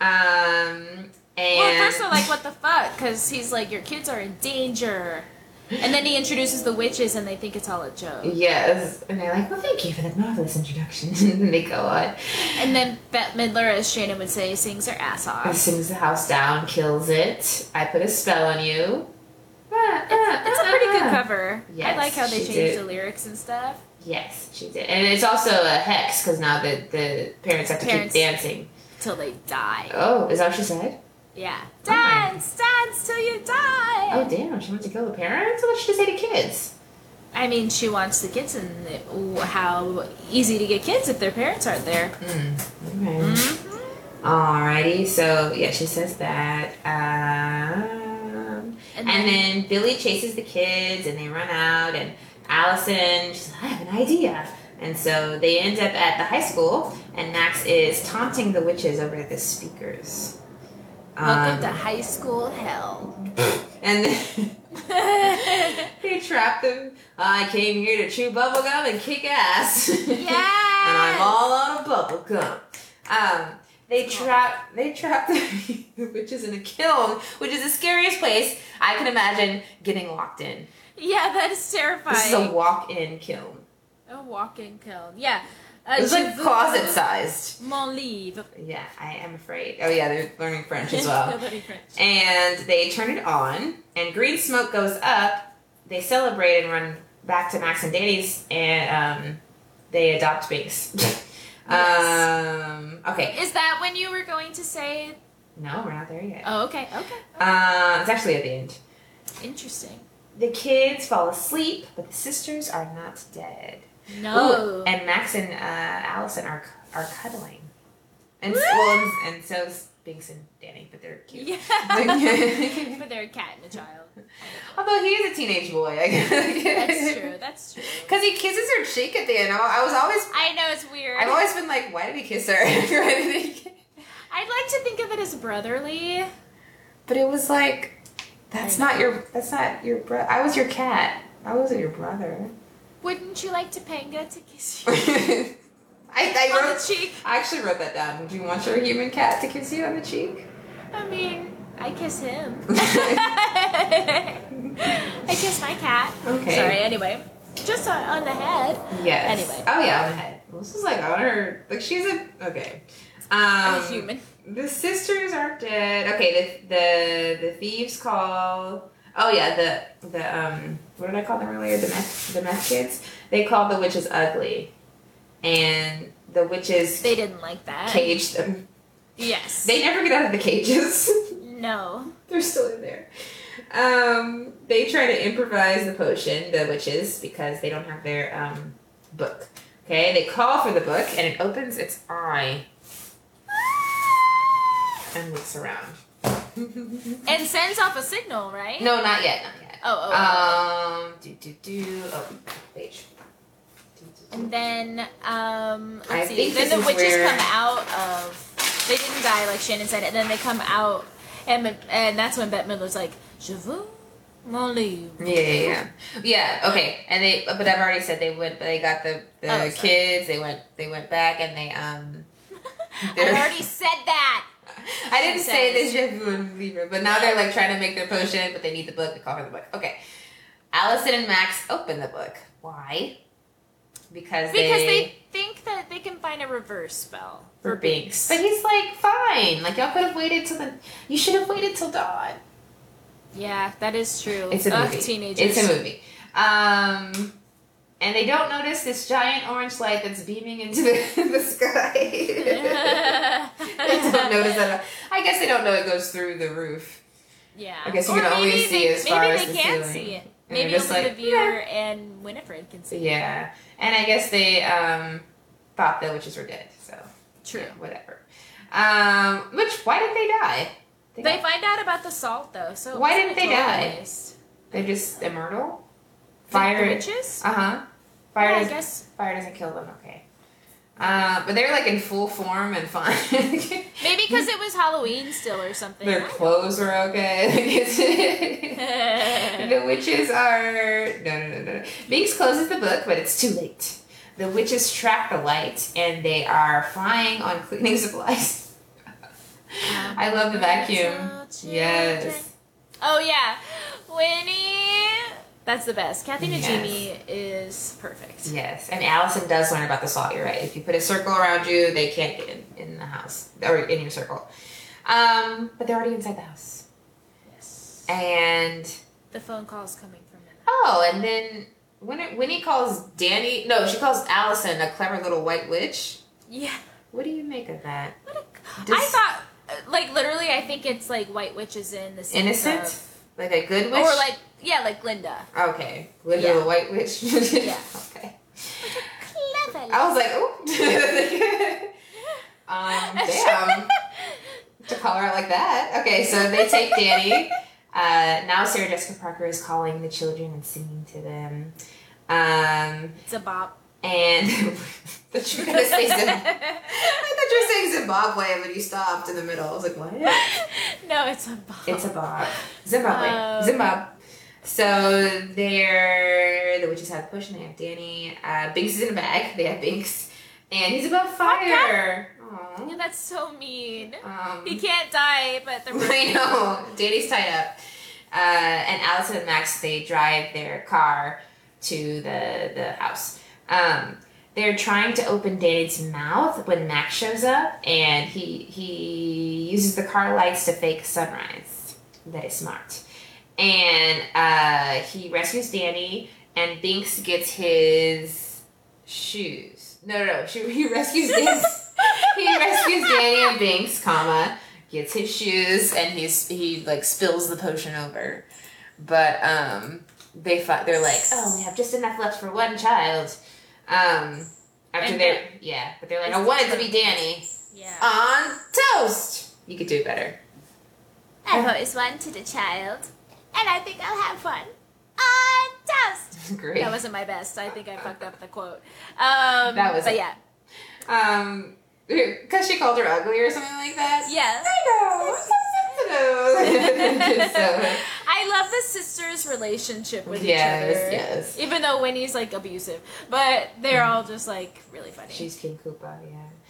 S1: Um, and
S2: well, first they're
S1: [laughs]
S2: like, what the fuck? Because he's like, your kids are in danger. And then he introduces the witches and they think it's all a joke.
S1: yes, and they're like, well, thank you for that marvelous introduction. [laughs] and they go on,
S2: And then Bette Midler, as Shannon would say, sings her ass off.
S1: sings the house down, kills it. I put a spell on you. Ah,
S2: It's a pretty good cover. I
S1: Yes,
S2: like how they
S1: she
S2: changed
S1: did.
S2: the lyrics and stuff.
S1: Yes, she did, and it's also a hex because now the the parents have to
S2: Parents.
S1: keep dancing.
S2: Till they die.
S1: Oh, is that what she said?
S2: Yeah.
S1: Oh my.
S2: Dance, dance till you die.
S1: Oh damn, she wants to kill the parents. What did she say to kids?
S2: I mean, she wants the kids and it- ooh, how easy to get kids if their parents aren't there.
S1: Okay.
S2: Mm-hmm.
S1: Alrighty, so yeah, she says that. Um, and,
S2: And then-
S1: then Billy chases the kids and they run out, and Allison, she's like, I have an idea. And so they end up at the high school, and Max is taunting the witches over the speakers.
S2: Welcome
S1: Um,
S2: to high school hell.
S1: [laughs] and then
S2: yeah.
S1: they trap them. I came here to chew bubblegum and kick ass. [laughs] and I'm all out of bubble gum. Um, they trap they trap the [laughs] witches in a kiln, which is the scariest place I can imagine getting locked in.
S2: [laughs] Yeah, that is terrifying.
S1: This is a walk-in kiln.
S2: A walk-in kiln. Yeah. Uh,
S1: It's
S2: je
S1: like
S2: vous-
S1: closet sized.
S2: Mon livre.
S1: Yeah, I am afraid. Oh yeah, they're learning French as well.
S2: [laughs] Nobody French.
S1: and they turn it on, and green smoke goes up. They celebrate and run back to Max and Danny's, and um, they adopt [laughs] Binks. um, okay,
S2: Is that when you were going to say?
S1: no, we're not there yet.
S2: Oh, okay, okay.
S1: Uh, it's actually at the end.
S2: Interesting.
S1: The kids fall asleep, but the sisters are not dead.
S2: No.
S1: Ooh, and Max and uh, Allison are are cuddling, and s- well, and, and so is Binks and Danny, but they're cute.
S2: yeah. but they're a cat and a child.
S1: [laughs] Although he is a teenage boy, I guess. [laughs]
S2: That's true. That's true.
S1: Because he kisses her cheek at the end. I I was always,
S2: I know it's weird.
S1: I've always been like, why did he kiss her? [laughs] Why did he kiss-
S2: I'd like to think of it as brotherly.
S1: but it was like, that's not your, that's not your brother. I was your cat. I wasn't your brother.
S2: Wouldn't you like Topanga to kiss you
S1: [laughs] I, I
S2: [laughs] on
S1: wrote.
S2: the cheek?
S1: I actually wrote that down. Would you want your human cat to kiss you on the
S2: [laughs]
S1: cheek?
S2: I mean, I kiss him. I kiss my cat.
S1: [laughs] Okay. Um,
S2: Sorry, anyway. Just on, on the head.
S1: Yes.
S2: Anyway.
S1: Oh yeah, on the head. This is like on her. Like she's a okay. Um,
S2: I'm a human.
S1: The sisters are dead. Okay. The the the thieves call. Oh yeah. The the um. What did I call them earlier? The meth the meth kids. They call the witches ugly, and the witches
S2: They didn't like that.
S1: cage them.
S2: Yes.
S1: They never get out of the cages. [laughs]
S2: no.
S1: They're still in there. Um, they try to improvise the potion, the witches, because they don't have their um, book. Okay, they call for the book and it opens its eye and looks
S2: [laughs]
S1: around.
S2: And sends off a signal, right?
S1: No, not yet, not yet.
S2: Oh, oh.
S1: Um, do do do. Oh, page. Do, do, do.
S2: and then, um, let's
S1: I
S2: see.
S1: think
S2: then
S1: this
S2: the
S1: is
S2: witches
S1: where-
S2: come out of. They didn't die, like Shannon said, and then they come out, and and that's when Bette Midler's like, "Je vous m'en leave."
S1: Yeah, yeah, yeah. Yeah, okay. And they but I've already said they went they got the,
S2: Oh,
S1: the
S2: sorry.
S1: kids, they went they went back and they
S2: [laughs]
S1: um
S2: I
S1: they're-
S2: already said that.
S1: I didn't say this je vous livre, but now they're like trying to make their potion, but they need the book. They call her the book. Okay. Allison and Max open the book. Why? Because,
S2: Because they think that they can find a reverse spell for Binks.
S1: But he's like, fine. Like y'all could have waited till the. You should have waited till dawn.
S2: Yeah, that is true.
S1: It's a
S2: Ugh,
S1: movie.
S2: Teenagers. [laughs]
S1: It's a movie. Um, and they don't notice this giant orange light that's beaming into the, [laughs] the
S2: [laughs]
S1: sky. they don't notice that. at all. I guess they don't know it goes through the roof.
S2: yeah.
S1: I guess you
S2: Or
S1: can only
S2: maybe
S1: see
S2: they,
S1: as far
S2: maybe
S1: as
S2: they
S1: the
S2: can
S1: ceiling.
S2: see it.
S1: And they're
S2: Maybe only
S1: just
S2: the
S1: like,
S2: viewer and Winifred can see. it.
S1: Yeah, and I guess they um, thought the witches were dead, so
S2: True.
S1: yeah, whatever. Um, which why did they die? They,
S2: They
S1: got-
S2: find out about the salt though, so it
S1: Why
S2: wasn't
S1: didn't
S2: a
S1: they
S2: total
S1: die?
S2: waste.
S1: they're just immortal.
S2: The-
S1: Fire.
S2: the witches.
S1: Uh huh. Fire.
S2: yeah, I
S1: does,
S2: guess
S1: Fire doesn't kill them. Okay. Uh, but they're like in full form and [laughs] fun.
S2: maybe because it was Halloween still or something.
S1: Their clothes were [laughs] okay. The witches are no no no no. no. Binks closes the book, but it's too late. The witches track the light, and they are flying on cleaning [laughs] supplies. I love the vacuum. Yes.
S2: [laughs] Oh yeah, Winnie. That's the best. Kathy
S1: Yes.
S2: Najimy is perfect.
S1: Yes, and Allison does learn about the salt. You're right. If you put a circle around you, they can't get in, in the house or in your circle. Um, but they're already inside the house,
S2: Yes.
S1: and
S2: The phone call's coming from Minna.
S1: oh, and then when it, Winnie calls Danny, no, she calls Allison a clever little white witch.
S2: Yeah.
S1: What do you make of that?
S2: What a,
S1: Does-
S2: I thought, uh, like literally, I think it's like white witches in the sense
S1: Innocent,
S2: of-
S1: like a good witch,
S2: or like yeah, like Glinda.
S1: Okay. Widow
S2: Yeah.
S1: a White Witch.
S2: [laughs] Yeah.
S1: Okay.
S2: Clever.
S1: [laughs] I was like, oh. [laughs] um, damn. to call her out like that. Okay, so they
S2: [laughs]
S1: take Danny. Uh, now Sarah Jessica Parker is calling the children and singing to them. Um,
S2: It's a bop.
S1: and [laughs] that you were gonna say Zim-
S2: [laughs]
S1: I thought you were saying Zimbabwe, but you stopped in the middle. I was like, what?
S2: no, it's a bop.
S1: It's a bob. Zimbabwe.
S2: Um,
S1: Zimbabwe. So they're the witches have push and they have Danny. Uh, Binks is in a bag. They have Binks. And he's above fire.
S2: Yeah,
S1: Aww.
S2: that's so mean.
S1: Um,
S2: He can't die,
S1: [laughs]
S2: but the [laughs]
S1: I know. Danny's tied up. Uh, and Allison and Max, they drive their car to the, the house. Um, they're trying to open Danny's mouth when Max shows up, and he he uses the car lights to fake sunrise. That is smart. And uh, he rescues Danny, and Binks gets his shoes. No, no, no. She, he rescues Binks. he rescues Danny and Binks, comma gets his shoes, and he's he like spills the potion over. But um, they fi- they're like, oh, we have just enough left for one child. Um, after
S2: And
S1: they yeah, but they're like, I want it to be Danny
S2: yeah.
S1: on toast. You could do
S2: [laughs]
S1: better.
S2: I've always wanted a child, and I think I'll have one on toast.
S1: Great.
S2: That wasn't my best. I think I fucked up the quote. Um,
S1: That was
S2: But
S1: it.
S2: yeah,
S1: Um, [laughs] because she called her ugly or something like that. [laughs]
S2: yes.
S1: I know. I'm so sensitive. [laughs] so,
S2: I love the sisters' relationship with each
S1: yes,
S2: other.
S1: yes.
S2: Even though Winnie's like abusive, but they're all just like really funny.
S1: She's King Koopa,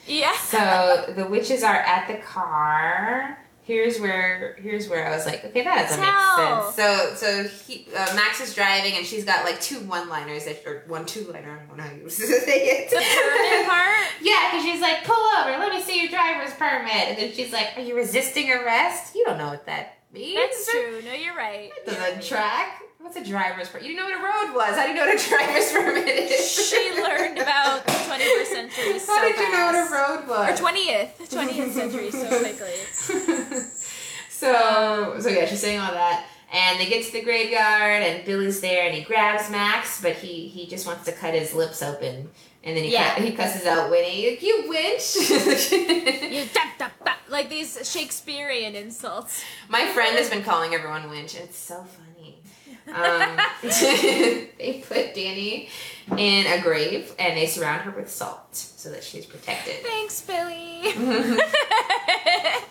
S1: yeah.
S2: yeah.
S1: So the witches are at the car. here's where here's where I was like, okay, that doesn't
S2: Tell.
S1: make sense. So so he, uh, Max is driving and she's got like two one liners that or one two liner. I don't know how you [laughs] say it.
S2: The permanent part.
S1: Yeah, because she's like, pull over, let me see your driver's permit. And then she's like, are you resisting arrest? You don't know what that means.
S2: [laughs] That's true. No, you're right.
S1: That doesn't track. What's a driver's permit? You didn't know what a road was. How do you know what a driver's permit is?
S2: She learned about the 21st century
S1: How
S2: so
S1: did you know what
S2: fast.
S1: a road
S2: Or
S1: was?
S2: 20th, 20th century
S1: [laughs]
S2: so quickly.
S1: so so yeah, she's saying all that, and they get to the graveyard, and Billy's there, and he grabs Max, but he he just wants to cut his lips open, and then he
S2: Yeah.
S1: cu- he cusses out Winnie, like, you winch.
S2: You da, da, da, like these Shakespearean insults.
S1: [laughs] My friend has been calling everyone winch. It's so funny. Um, [laughs] they put Danny in a grave, and they surround her with salt so that she's protected.
S2: [laughs] Thanks, Billy.
S1: Hi,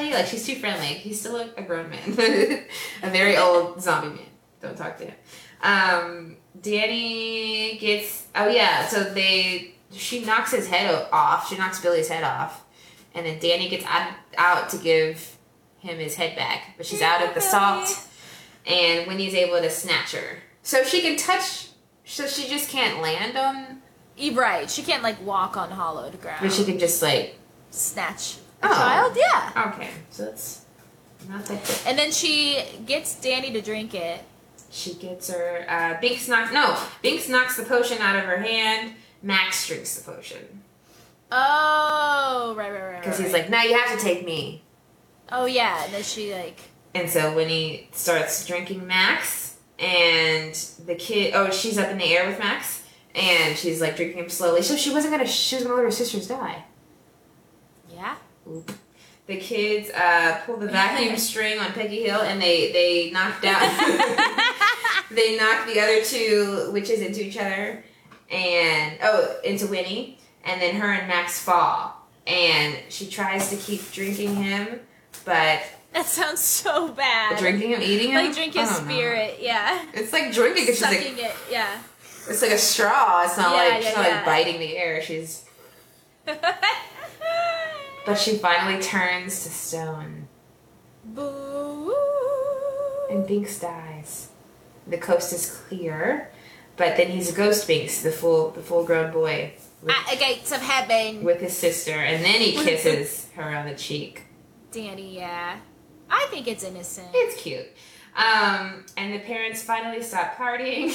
S1: Billy. Like, she's too friendly. He's still a, a grown man. [laughs] a very old zombie man. Don't talk to him. Um, Danny gets. Oh, yeah. So they. She knocks his head o- off. She knocks Billy's head off. And then Danny gets out, out to give him his head back. But she's out of the
S2: Billy.
S1: salt. And Winnie's able to snatch her. So she can touch. So she just can't land on.
S2: [laughs] E- right, she can't like walk on hollowed ground.
S1: But she can just, like.
S2: snatch a
S1: Oh.
S2: child, yeah.
S1: Okay. So that's. Not that good.
S2: And then she gets Danny to drink it.
S1: She gets her. Uh, Binks knocks. No, Binks knocks the potion out of her hand. Max drinks the potion
S2: Oh, right, right, right. right,
S1: because he's
S2: right.
S1: like, "No, you have to take me."
S2: oh yeah, and then she like,
S1: And so Winnie starts drinking Max, and the kid. Oh, she's up in the air with Max, and she's like drinking him slowly. So she wasn't gonna. She was gonna let her sisters die.
S2: yeah, [laughs]
S1: Oop. The kids uh, pull the vacuum string on Peggy Hill, and they they knock
S2: [laughs]
S1: down. they knock the other two witches into each other and oh into winnie and then her and max fall and she tries to keep drinking him but
S2: that sounds so bad.
S1: drinking him eating him
S2: like drink his
S1: I don't know.
S2: spirit, yeah.
S1: it's like drinking it's, just
S2: Sucking
S1: like,
S2: it, yeah. [laughs]
S1: it's like a straw it's not
S2: Yeah,
S1: like
S2: yeah,
S1: she's not
S2: yeah.
S1: like biting the air she's but she finally turns to stone
S2: Boo.
S1: and binks dies the coast is clear but then he's ghost binks the full the full grown boy with-
S2: At the gates of heaven,
S1: with his sister, and then he kisses her on the cheek.
S2: Danny. Yeah, I think it's innocent.
S1: It's cute. Um, and the parents finally stop partying.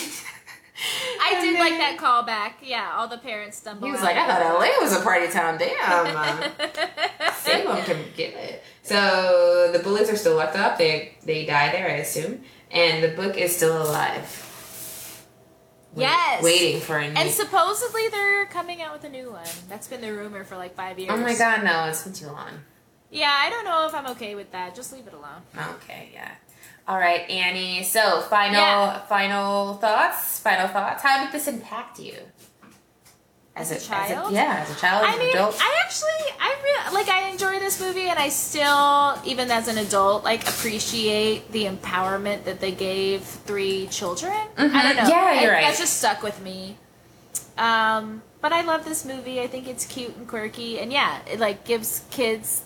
S2: I
S1: [laughs] And
S2: did
S1: then
S2: like that callback. Yeah, all the parents stumble.
S1: He was
S2: out.
S1: like, I thought LA was a party town. Damn.
S2: [laughs]
S1: uh, Salem can get it. So the bullets are still locked up. They they die there, I assume. And the book is still alive. Wait-
S2: Yes.
S1: Waiting for a new.
S2: And supposedly they're coming out with a new one. That's been the rumor for like five years.
S1: oh my god, no, it's been too long.
S2: Yeah, I don't know if I'm okay with that. Just leave it alone.
S4: Okay, yeah. All right, Annie. So, final
S2: Yeah.
S4: final thoughts. Final thoughts. How did this impact you? As,
S2: a child?
S4: yeah, as a
S1: Oh,
S4: child, as
S2: I
S4: an
S2: mean,
S4: adult.
S2: I actually, I really like. I enjoy this movie, and I still, even as an adult, like appreciate the empowerment that they gave three children.
S1: Mm-hmm.
S2: I don't know.
S4: Yeah,
S2: I-
S4: you're right.
S2: That just stuck with me. Um, but I love this movie. I think it's cute and quirky, and yeah, it like gives kids,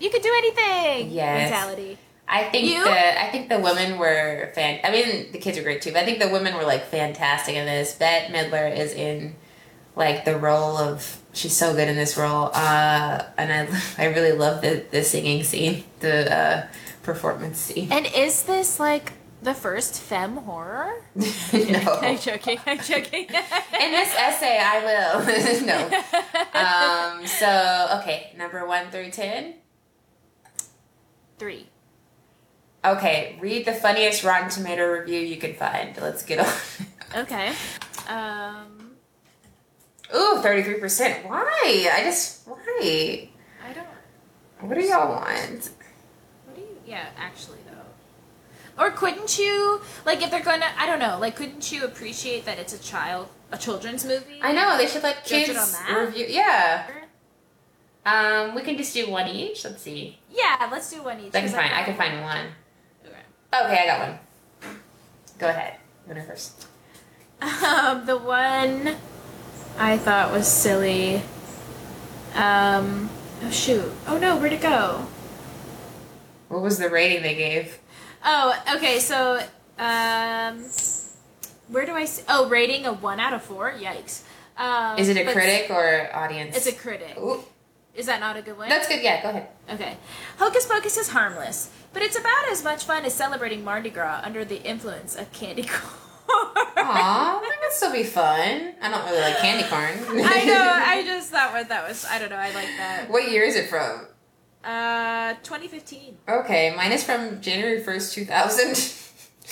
S2: you could do anything
S4: Yes.
S2: mentality.
S4: I think
S2: You?
S4: the I think the women were fan. I mean, the kids are great too, but I think the women were like fantastic in this. Bette Midler is in like the role of she's so good in this role, uh, and I [laughs] I really love the the singing scene, the uh, performance scene. [laughs]
S2: And is this like the first femme horror? I'm
S4: no,
S2: joking. I'm [laughs] joking.
S4: in this essay, I will [laughs] no. Um, so okay, number one through ten.
S2: Three.
S4: Okay, read the funniest Rotten Tomato review you can find. Let's get on.
S2: Okay. Um,
S4: Ooh, 33%. Why? I just, why?
S2: I don't.
S4: What do y'all want?
S2: What do you? Yeah, actually though. Or couldn't you like if they're gonna? I don't know. Like, couldn't you appreciate that it's a child, a children's movie?
S4: I know, they should let
S2: Judge it
S4: kids
S2: on that?
S4: review. Yeah. Um, we can just do one each. Let's see.
S2: Yeah, let's do one each.
S4: I can
S2: 'cause
S4: find, I can find one.
S2: Okay.
S4: Okay, I got one. Go ahead. Winner first.
S2: Um, the one I thought was silly. Um, oh shoot. Oh no, where'd it go?
S1: What was the rating they gave?
S2: Oh, okay. So, um, where do I? See? Oh, rating a one out of four. Yikes. Um,
S1: Is it a
S2: but
S1: critic or audience?
S2: It's a critic.
S1: Ooh,
S2: Is that not a good one?
S1: that's good. Yeah, go ahead.
S2: Okay. Hocus Pocus is harmless, but it's about as much fun as celebrating Mardi Gras under the influence of candy corn.
S1: [laughs] Aw,
S2: I
S1: that would still be fun. I don't really like candy corn. [laughs]
S2: know. [laughs] I just thought what that was. I don't know. I like that.
S1: what year is it from?
S2: Uh, 2015.
S1: Okay, mine is from January 1st, [laughs] 2000.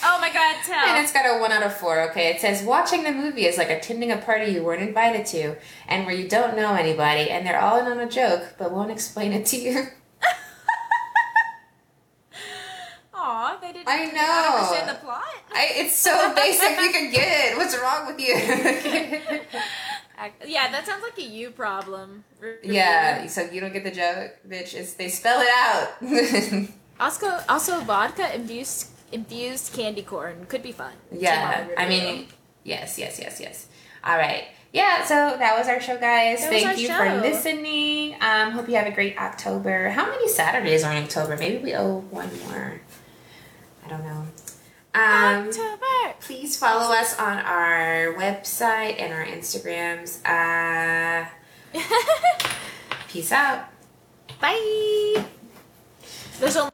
S2: Oh my God,
S1: And
S2: tell.
S1: it's got a one out of four. Okay, it says watching the movie is like attending a party you weren't invited to, and where you don't know anybody, and they're all in on a joke, but won't explain it to you. [laughs]
S2: [laughs] Aw, they didn't.
S1: I
S2: they did
S1: know.
S2: not understand the plot.
S1: I, it's so basic you can get. it. What's wrong with you? [laughs]
S2: Ac- yeah, that sounds like a you problem. R-
S1: yeah, so you don't get the joke, bitch. It's they spell it out. [laughs]
S2: Also, also vodka infused infused candy corn could be fun.
S1: yeah,
S2: Tomorrow
S1: I
S2: review.
S1: mean, yes, yes, yes, yes. All right. Yeah, so that was our show, guys.
S2: That was our
S1: Thank you
S2: show.
S1: for listening. Um, hope you have a great October. How many Saturdays are in October? Maybe we owe one more. I don't know. Um,
S2: October. [laughs]
S1: please follow us on our website and our Instagrams. Uh, peace out.
S2: Bye. There's only.